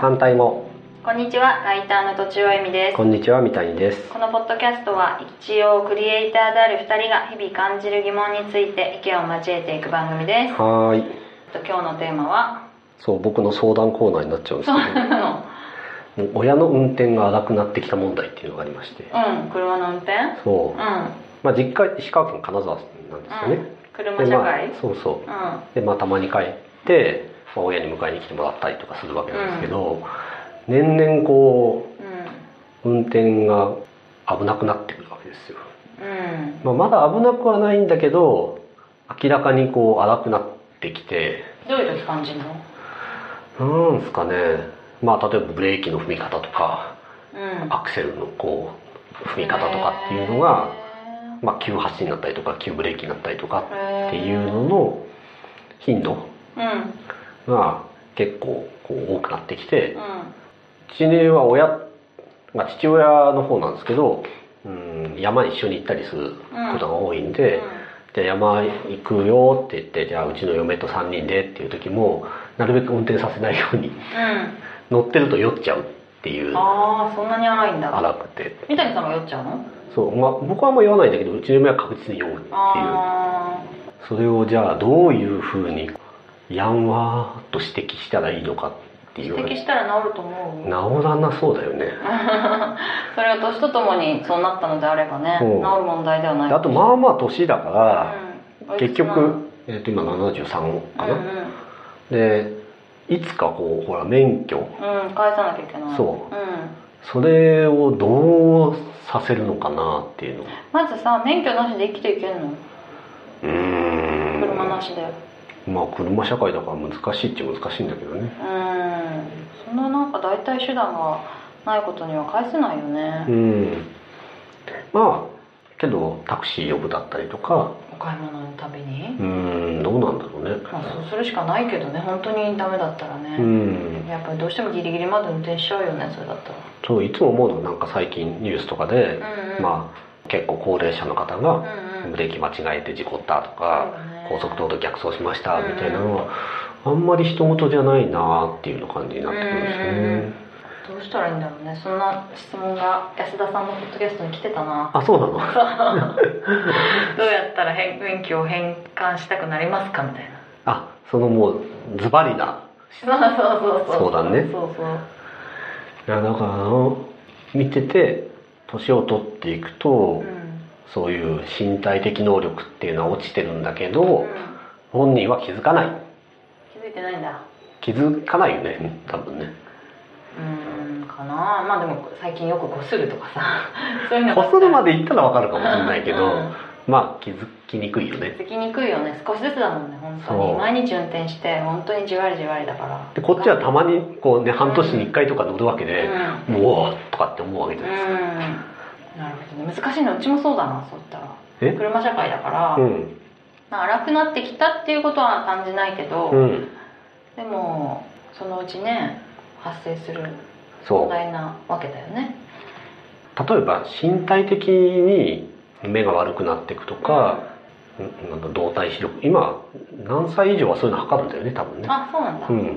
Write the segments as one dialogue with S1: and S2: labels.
S1: 反対も
S2: こんにちはライターのとちおえみです
S1: こんにちは三谷です
S2: このポッドキャストは一応クリエイターである2人が日々感じる疑問について意見を交えていく番組です
S1: はーい
S2: えっと今日のテーマは
S1: そう僕の相談コーナーになっちゃうんです
S2: そう
S1: け
S2: なの
S1: どもう親の運転が荒くなってきた問題っていうのがありまして
S2: うん車の運転、
S1: そううんまあ実家石川県金沢なんですよ
S2: う
S1: ね
S2: ん、車
S1: で
S2: 社
S1: まあ
S2: 会、
S1: そうそうでまあたまに帰って、まあ、親に迎えに来てもらったりとかするわけなんですけど、年々こ
S2: うんうん
S1: う運転が危なくなってくるわけですよ、
S2: うん
S1: まあ、まだ危なくはないんだけど明らかにこう荒くなってきて
S2: どういう時感じるの
S1: なんですかねまあ例えばブレーキの踏み方とか
S2: うん
S1: アクセルのこう踏み方とかっていうのが、
S2: へ
S1: まあ、急発進になったりとか急ブレーキになったりとか
S2: ー
S1: っていうのの頻度
S2: うんうん
S1: が結構こう多くなってきてうちには親、まあ、父親の方なんですけど、うん、山に一緒に行ったりすることが多いんで、じゃあ山行くよって言ってじゃあうちの嫁と3人でっていう時もなるべく運転させないように
S2: うんうん
S1: 乗ってると酔っちゃうっていう
S2: ああそんなに荒いんだ
S1: 荒くて
S2: 三谷さんが酔っちゃうの
S1: そう、まあ、僕はあんま言わないんだけどうちの嫁は確実に酔うっていう
S2: あ
S1: それをじゃあどういうふうにやんわーっと指摘したらいいのかっ
S2: あ
S1: てい
S2: 指
S1: う
S2: 摘したら治ると思う
S1: 直らなそうだよね
S2: それは年とともにそうなったのであればね治
S1: う
S2: る
S1: ん
S2: 問題ではない
S1: あとまあまあ年だから、
S2: うん
S1: 結局、えー、と今73
S2: おいくつなの
S1: かな、
S2: うんうん
S1: でいつかこうほら免許
S2: うん返さなきゃいけない、
S1: そう
S2: ん、
S1: それをどうさせるのかなっていうの
S2: まずさ免許なしで生きていけんの
S1: うーん
S2: 車なしで
S1: まあ車社会だから難しいっちゃ難しいんだけどね
S2: うんそんななんか代替手段がないことには返せないよ
S1: う
S2: ね、
S1: んまあけどタクシー呼ぶだったりとか
S2: お買い物のたびに、
S1: うーんどうなんだろうね
S2: まあ、そうするしかないけどね本当にダメだったら
S1: う
S2: ね、
S1: ん
S2: やっぱりどうしてもギリギリまで運転しちゃうよねそれだった
S1: そういつも思うのはなんか最近ニュースとかで、
S2: ら、うんうん、
S1: まあ結構高齢者の方
S2: う
S1: が
S2: んうん
S1: ブレーキ間違えて事故ったとか、高速道路逆走しましたみたいなのは、あんまり人事じゃないなっていうの感じになってくるんですよね、
S2: うんうんうんどうしたらいいんだろうねそんな質問が安田さんのポッドキャストに来てた な
S1: あそうなの
S2: どうやったら変雰囲気を変換したくなりますかみたい な
S1: あそのもうズバリな
S2: そうそうそう
S1: そうだね
S2: そうそう
S1: いやだからあの見てて年を取っていくと、
S2: うん
S1: そういう身体的能力っていうのは落ちてるんだけ
S2: う
S1: ど、
S2: ん
S1: 本人は気づかない
S2: 気づいてないんだ
S1: 気づかないよね多分ね
S2: うーんかなまあでも最近よくこするとかさ そういうのが
S1: こするま
S2: で
S1: でいったらわかるかもしれないけ
S2: う
S1: ど
S2: ん
S1: まあ気づきにくいよね
S2: 気づきにくいよね少しずつだもんね本当
S1: そ
S2: に
S1: う
S2: 毎日運転して本当にじわりじわりだから
S1: でこっちはたまにこうね半年に1回とか乗るわけ
S2: うん、
S1: で、
S2: う
S1: うおーとかって思うわけじゃ
S2: ん、
S1: ないです
S2: なるほどね難しいのうちもそうだなそういったら
S1: え
S2: 車社会だから、
S1: か、うん
S2: まあ、荒くなってきたっていうことは感じないけど、
S1: うん
S2: でもそのうちね発生する
S1: そ
S2: 問
S1: う
S2: 題なわけだよね
S1: 例えば身体的に目が悪くなっていくとか、んなんか動体視力今何歳以上はそういうの測るんだよね多分ね、
S2: あそうなんだ、
S1: うん、っ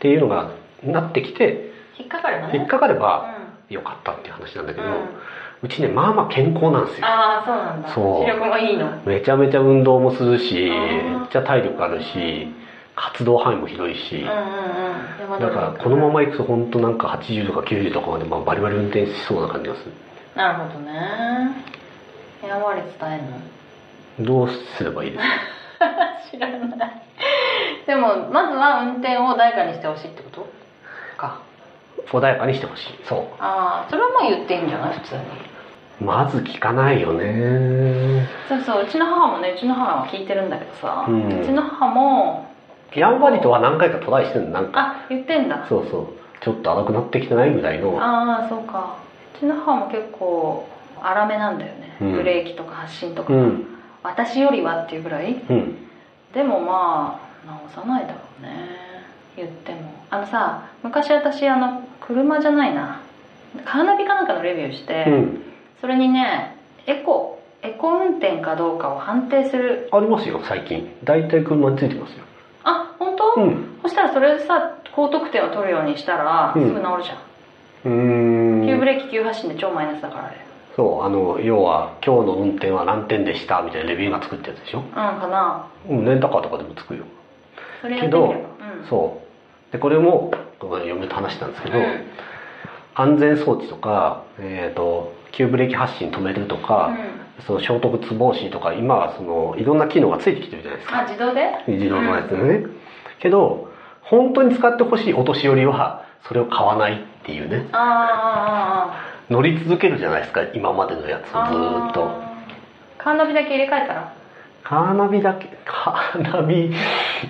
S1: ていうのがなってきて
S2: 引っかかればね
S1: 引っかかればよかったっていう話なんだけ
S2: う
S1: ど、
S2: ん、
S1: う
S2: うん、
S1: ちねまあまあ健康なんですよ
S2: ああそうなんだ
S1: そう
S2: 視力もいいの
S1: めちゃめちゃ運動もするしめ
S2: あー
S1: っちゃ体力あるし活動範囲も広いし、
S2: うんうんうん
S1: だからこのま
S2: ま
S1: まいくと本当なんか80とか90とかまでまあバリバリ運転しそうな感じがする
S2: なるほどねやんわり伝えんの
S1: どうすればいいですか
S2: 知らないでもまずは運転を誰かにしてほしいってことか
S1: 穏やかにしてほしいそ
S2: ああそれはもう言っていいんじゃない普通に
S1: うまず聞かないよね
S2: そうそううちの母もねうちの母は聞いてるんだけどさ、
S1: う
S2: うんちの母も
S1: やんわりとは何回かトライしてるのなんか
S2: あ言ってんだ
S1: そうそうちょっと荒くなってきてないぐらいの
S2: ああそうかうちの母も結構荒めなんだよね、
S1: うん
S2: ブレーキとか発進とか、
S1: うん
S2: 私よりはっていうぐらい
S1: うん
S2: でもまあ直さないだろうね言ってもあのさ昔私あの車じゃないなカーナビかなんかのレビューして、
S1: うん
S2: それにねエコエコ運転かどうかを判定する
S1: ありますよ最近大体車についてますよ
S2: あ本当、
S1: うん
S2: そしたらそれさ高得点を取るようにしたらす
S1: うん
S2: ぐ治るじゃん、
S1: うーん
S2: 急ブレーキ急発進で超マイナスだからあれ
S1: そうあの要は「今日の運転は何点でした」みたいなレビューがつくってやつでしょ、
S2: うんかな
S1: うん、レンタカーとかでもつくよ
S2: それやってみれば
S1: けど
S2: うん
S1: そうでこれもこの嫁と話したんですけど、
S2: うん
S1: 安全装置とか、えー、と急ブレーキ発進止めると
S2: う
S1: か、
S2: ん
S1: その衝突防止とか今はそのいろんな機能がついてきてるじゃないです
S2: あ
S1: か
S2: 自動で
S1: 自動のやつでね、けど本当に使ってほしいお年寄りはそれを買わないっていうね
S2: あああ
S1: 乗り続けるじゃないですか今までのやつをず
S2: あああ
S1: ーっと
S2: カーナビだけ入れ替えたら
S1: カーナビだけカーナビ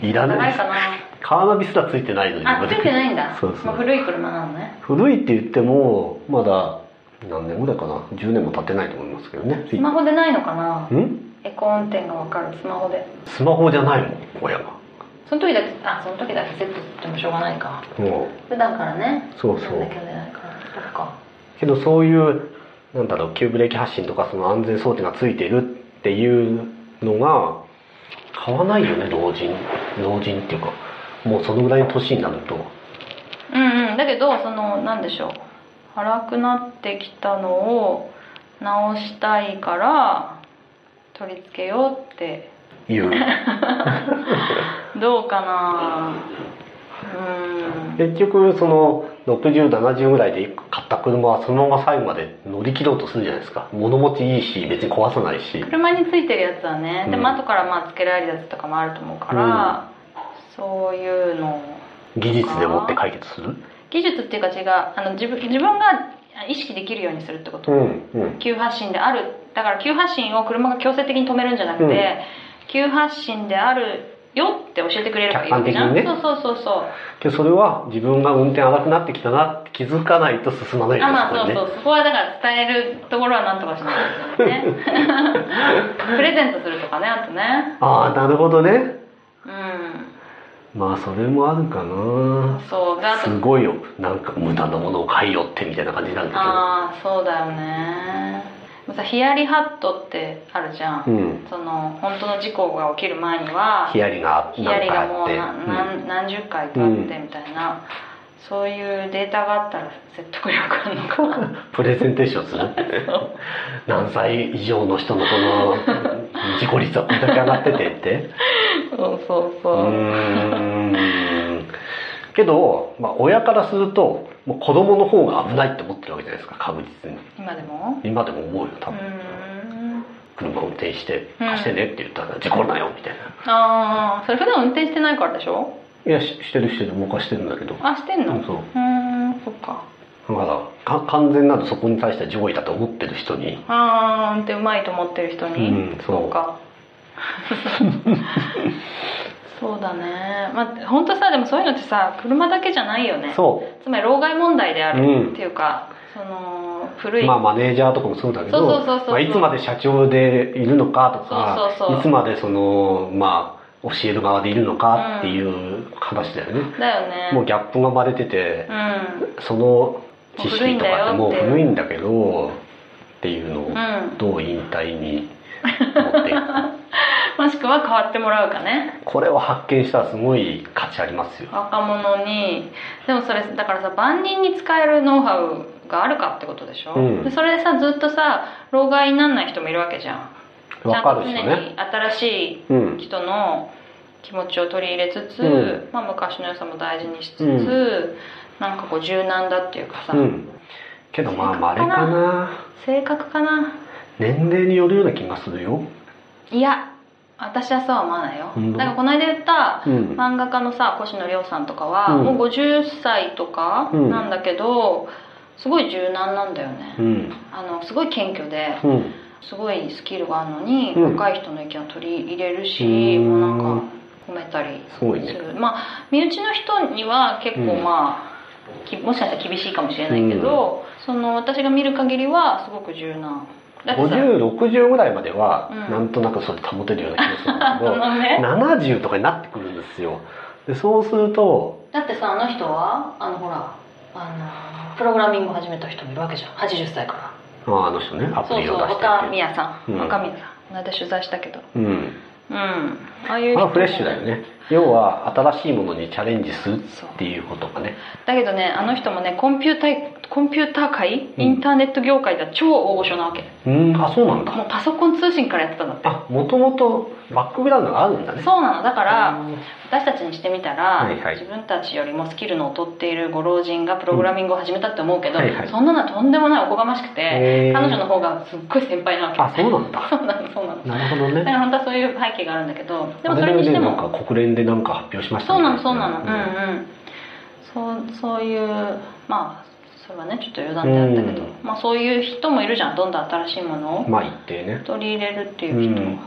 S1: いらな
S2: 長い
S1: い
S2: かな
S1: カーナビすらついてないのに
S2: あついてないんだ
S1: そうそう
S2: もう古い車なのね
S1: 古いって言ってもまだ何年ぐらいかな10年も経ってないと思いますけどね
S2: スマホでないのかなんエコ運転が分かるスマホで
S1: スマホじゃないもん親が
S2: その時だけあその時だけセットって言ってもしょうがないか
S1: も
S2: 普段からね
S1: うそうそ
S2: なんだけ
S1: う
S2: どないからそっか
S1: けどそういうなんだろう急ブレーキ発進とかその安全装置がついてるっていうのが買わないよね老人老人っていうかもうそのぐらいの年になると
S2: うんうんだけどそのなんでしょう荒くなってきたのを直したいから取り付けようって
S1: いう
S2: どうかなうん
S1: 結局その6070ぐらいで買った車はそのまま最後まで乗り切ろうとするじゃないですか物持ちいいし別に壊さないし
S2: 車についてるやつはね、でも
S1: うん
S2: 後からまあ付けられるやつとかもあると思うから、そういうのを
S1: 技術でもって解決する
S2: 技術っていうか違うあの自分自分が意識できるようにするってこと、
S1: うんうん
S2: 急発進であるだから急発進を車が強制的に止めるんじゃなくて、
S1: うん
S2: 急発進であるよって教えてくれればいいわけじゃん、
S1: 客観的に
S2: そう
S1: ね
S2: そうそうそう
S1: けどそれは自分が運転荒くなってきたなって気づかないと進まない
S2: あまあそう
S1: です
S2: そ
S1: よ
S2: うそこはだから伝えるところはなんとかしないと ねプレゼントするとかねあとね
S1: ああなるほどね
S2: う
S1: まあそれもあるかなん
S2: そうであと
S1: すごいよなんか無駄なものを買いよってみたいな感じなんだ
S2: ああそうだよねでもさヒヤリハットってあるじゃん、
S1: けどうん
S2: その本当の事故が起きる前には
S1: ヒヤリが
S2: ヒヤ
S1: なん
S2: リ
S1: か
S2: が
S1: あ
S2: も
S1: っ
S2: う
S1: て
S2: な何,、何十回とあってみたいな、そういうデータがあったら説得力あるのかな
S1: うんプレゼンテーション する
S2: そう
S1: 何歳以上の人のこの事故率はこれだけ上がっててって
S2: そうそう
S1: う
S2: そう、
S1: ーんけど、まあ、親からするともう子供の方が危ないって思ってるわけじゃないですか確実に
S2: 今でも
S1: 今でも思うよ
S2: う
S1: 多
S2: ー
S1: 分、
S2: ん
S1: 車運転して貸してねって言ったら事故るなよみたいな
S2: ああそれ普段運転してないからでしょ
S1: いやししてるしてるもう貸してるんだけど
S2: あしてんの
S1: うんそう
S2: うーんそっか
S1: だからか完全なるそこに対して上位だと思ってる人に
S2: ああ運転うまいと思ってる人に、
S1: うんそう
S2: そう かそうだねまあ本当さでもそういうのってさ車だけじゃないよね
S1: そ
S2: つまり老害問題であ
S1: う、う
S2: るっ
S1: ん、
S2: ていうか、その古い、
S1: まあマネージャーとかもそうだけど
S2: そうそうそうそう
S1: まあ、いつまで社長でいるのかと
S2: そ
S1: か
S2: うそうそう
S1: いつまでそのまあ教える側でいるのかっていう話だよね、
S2: だよね
S1: もうギャップが生まれてて
S2: う、ん
S1: その知識とかって
S2: も
S1: もう
S2: う
S1: 古
S2: 古
S1: い
S2: い
S1: んだけどっていうのを
S2: うん
S1: どう引退に持っていくか
S2: もしくは変わってもらうかね
S1: これを発見したらすごい価値ありますよ
S2: 若者にでもそれだからさ万人に使えるノウハウがあるかってことでしょ、
S1: うん
S2: でそれでさずっとさ老害になんない人もいるわけじゃん
S1: わかる人
S2: ちゃんと常
S1: ね
S2: に新し
S1: うん
S2: い人の気持ちを取り入れつつ、
S1: うん
S2: まあ、昔の良さも大事にしつつ、
S1: うん
S2: なんかこう柔軟だっていうかさ、
S1: うんけどまあまれかな
S2: 性格かな
S1: 年齢によるような気がするよ
S2: いや私はそうは思わないよ、
S1: 本当
S2: だからこの間言った
S1: うん
S2: 漫画家のさ越野亮さんとかは、
S1: うん
S2: もう50歳とか
S1: うん
S2: なんだけど、すごい柔軟なんだよね、
S1: うん
S2: あのすごい謙虚で
S1: うん
S2: すごいスキルがあるのに、
S1: うん
S2: 若い人の意見を取り入れるし、
S1: うん
S2: もうなんか褒めたり
S1: すごい
S2: す
S1: ね
S2: る、まあ身内の人には結構
S1: うん
S2: まあ、きもしかしたら厳しいかもしれないけど、その私が見る限りはすごく柔軟だってさ
S1: 5060ぐらいまでは
S2: うん
S1: なんとなくそれ保てるような気がするんだ
S2: あ
S1: け
S2: そ
S1: ど
S2: のね
S1: 70とかになってくるんですよでそうすると
S2: だってさあの人はあのほらあのプログラミングを始めた人もいるわけじゃん80歳から
S1: あああの人ねアプ
S2: そう
S1: リ
S2: そ
S1: を
S2: う
S1: 出してって
S2: 若宮さん、
S1: うん
S2: 若宮さんこの間取材したけど
S1: うん
S2: うんああいう
S1: ま
S2: 人
S1: あフレッシュだよね
S2: フ
S1: 要は新しいものにチャレンジするっていうことがね
S2: だけどねあの人もねコンピューターコンピューター界インターネット業界では超大御所なわけ、
S1: うんあそうなんだ
S2: もうパソコン通信からやってたんだって
S1: あもともとバックグラウンドがあるんだね
S2: そうなのだから
S1: うん
S2: 私たちにしてみたら、
S1: はいはい
S2: 自分たちよりもスキルの劣っているご老人がプログラミングを始めたって思うけど、
S1: うんはいはい
S2: そんなのはとんでもないおこがましくて、
S1: へー
S2: 彼女の方がすっごい先輩なわ
S1: あ
S2: け
S1: そうなんだ
S2: そうなのそうなのだ
S1: なるほどね
S2: から本当はそういう背景があるんだけどでもそ
S1: あ
S2: れにして
S1: ねな
S2: も
S1: んか国連でなんか発表しました
S2: そうない
S1: みた
S2: のそうなのうんんうんそうそういうまあそれはねちょっと余談であったけど、
S1: うん
S2: まあ、そういう人もいるじゃんどんどん新しいものを
S1: まあ一定ね
S2: 取り入れるっていう人、
S1: う
S2: うん、う
S1: ん
S2: ん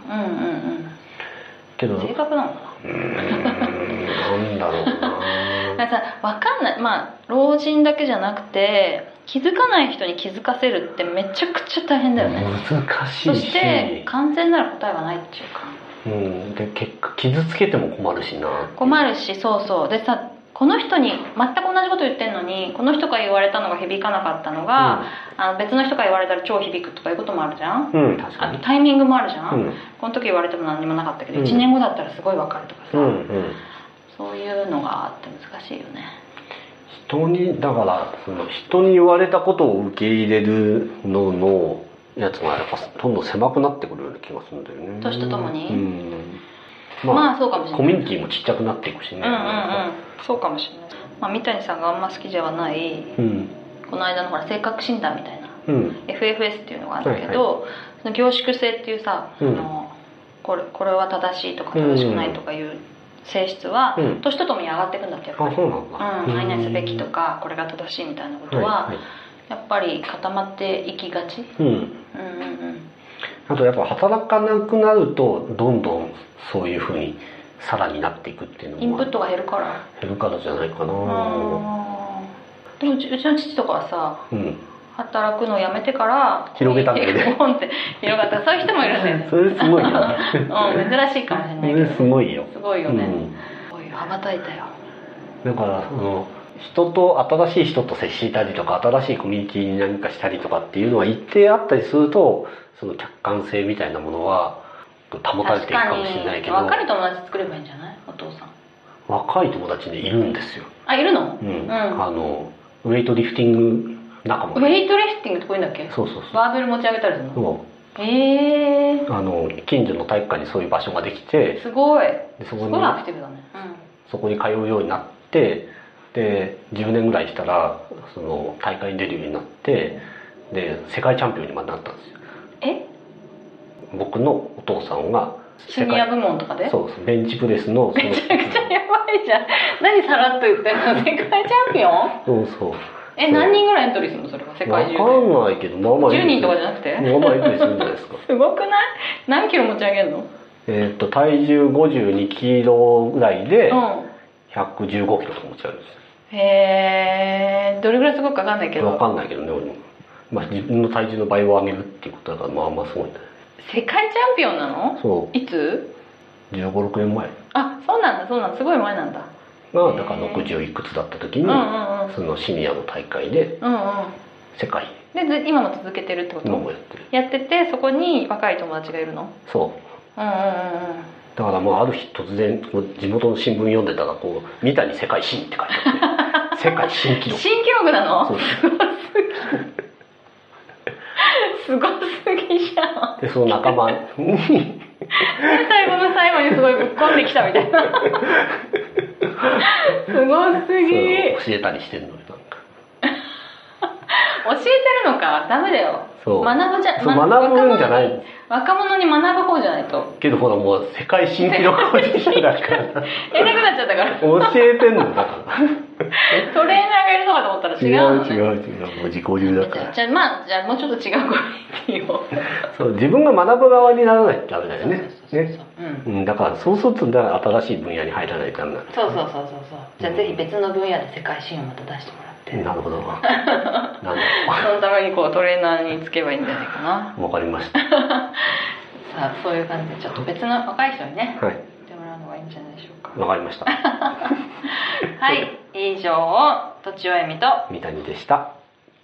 S1: けど
S2: うん
S1: う
S2: 正確なのかな
S1: ーんなんだろうな
S2: だからさわかんないまあ老人だけじゃなくて気づかない人に気づかせるってめちゃくちゃ大変だよね、
S1: 難し
S2: そ
S1: いし
S2: して完全なる答えはないっていうか
S1: うん、で結果傷つけても困るしな
S2: 困
S1: る
S2: るしそうそうでさこの人に全く同じこと言ってんのにこの人から言われたのが響かなかったのが、あの別の人から言われたら超響くとかいうこともあるじゃん
S1: うん、うん、確か
S2: あと
S1: に
S2: タイミングもあるじゃ、
S1: うんん
S2: この時言われても何にもなかったけど、
S1: うん
S2: 1年後だったらすごいわかるとかさ、
S1: うんうん
S2: そういうのがあって難しいよね
S1: 人にだからその人に言われたことを受け入れるののやつがやっぱどんどん狭くなってくるような気がするんだよね
S2: 年とともに
S1: うん
S2: ま
S1: ま
S2: あ、
S1: あ、
S2: そうかもしれない
S1: コミュニティもちっちゃくなっていくしね
S2: うんうんうんそうかもしれない、まあ、三谷さんがあんま好きではない
S1: うん
S2: この間のほら性格診断みたいな
S1: うん、
S2: FFS っていうのがあるんだけど、その凝縮性っていうさ、
S1: うん
S2: あのこれこれは正しいとか正しくないとかいう性質は、
S1: うん
S2: 年とともに上がっていくんだってやっぱ
S1: あ
S2: り。
S1: そうなん
S2: うん、
S1: だ、
S2: 何々すべきとかこれが正しいみたいなことは、
S1: はい、はい、
S2: やっぱり固まっていきがち
S1: うん
S2: うんうんうん
S1: あとやっぱ働かなくなるとどんどんそういうふうにさらになっていくっていう
S2: イ
S1: の
S2: ンプ
S1: も
S2: ットが減るから
S1: 減るからじゃないかな
S2: あーでもうちうちの父とかはさ
S1: うん
S2: 働くのをやめてから
S1: 広げたんだよね
S2: ポンって 広がったそういう人もいるんだよね、
S1: それすごいよね
S2: うん、 珍しいかもしれ
S1: そ
S2: ないけ
S1: れ
S2: ど
S1: すごいよ、
S2: すごいうよね、
S1: ん、
S2: こういう羽ばたいたよ
S1: だからその人と新しい人と接したりとか新しいコミュニティに何かしたりとかっていうのは一定あったりするとその客観性みたいなものは保たれて
S2: 確
S1: いく
S2: か
S1: か
S2: に
S1: もしれないけど
S2: 若い友達作ればいいんじゃないお父さん
S1: 若い友達にいるんですよ、
S2: あいるの
S1: うん
S2: ん
S1: あのウェイトリフティング仲間
S2: ウェイトリフティングってこういうんだっけ
S1: そうそうそう
S2: バーベル持ち上げたりするの
S1: そ
S2: ええ
S1: うあの近所の体育館にそういう場所ができて
S2: すごい
S1: で
S2: す
S1: そこ
S2: ご
S1: に
S2: いアクティブだねうん
S1: そこに通うようになってで10年ぐらいしたらその大会に出るようになってで世界チャンピオンにまでなったんですよ
S2: え
S1: 僕のお父さんが
S2: シニア部門とかで
S1: そうですベンチプレスのその
S2: めちゃくちゃやばいじゃん何さらっと言ってんの世界チャンピオン
S1: そうそう
S2: え
S1: そう
S2: 何人ぐらいエントリーするのそれは世界
S1: わ
S2: 中
S1: かんないけどまあまあ
S2: で10人とかじ
S1: ゃ
S2: ゃなくて
S1: まあまあエントリーするんじゃないですか
S2: すごくない何キロ持ち上げるの
S1: えーっと体重52キロぐらいで
S2: う
S1: 115キロとか持ち上げるんです
S2: んへえどれぐらいすごくかわかんないけ
S1: よわ
S2: ど
S1: かんないけどね俺も、まあ、自分の体重の倍を上げるっていうことだからまあまあすごいね
S2: 世界チャンピオンなの
S1: そ
S2: いつ
S1: う1 5 6年前
S2: あそうなんだそうなんだすごい前なんだ
S1: がだから60いくつだった時に、
S2: うんうんうん
S1: そのシニアの大会で
S2: うんうん
S1: 世界
S2: でず今も続けてるってこと、
S1: のもやってる
S2: やっててそこに若い友達がいるの
S1: そう
S2: うんうんうんうん
S1: だからもうある日突然こう地元の新聞読んでたらこう「三谷世界新」って書いてあって 世界新記録
S2: 新記録な
S1: そ
S2: の
S1: う
S2: すごすぎじゃん
S1: でその仲間に
S2: 最後の最後にすごいぶっ込んできたみたい なすごす
S1: そ
S2: ぎ
S1: れ
S2: 教え
S1: を教えたりしてるのよなんか
S2: てるのかダメだよ
S1: そう
S2: 学ぶじゃ
S1: そう学ぶんじゃない
S2: 若者に若者に学ぶ方じゃないと
S1: けどほらもう世界新記録保持者だから
S2: えなくなっちゃったから
S1: 教えてんのだから
S2: トレーナーがいるのかと思ったら
S1: 違う
S2: 違うの、ね、
S1: 違う違うもう自己流だか
S2: じゃあじゃあ
S1: ら
S2: まあじゃあもうちょっと違うコミュニティを
S1: そう自分が学ぶ側にならないとダメ だよね
S2: そうそう
S1: ね、
S2: そううん
S1: うん、だからそうするとだから新しい分野に入らないとダメなんだ
S2: そうそうそうそうそうじゃあぜひ別の分野で世界新をまた出してもらって、
S1: な るほどなんだろ
S2: そのためにこうトレーナーにつけばいいんじゃないかな
S1: うわかりました
S2: さあそういう感じでちょっと別の若い人にね
S1: はい
S2: やってもらうのがいいんじゃないでしょうか
S1: わかりました
S2: はい以上とちおえみと
S1: 三谷でした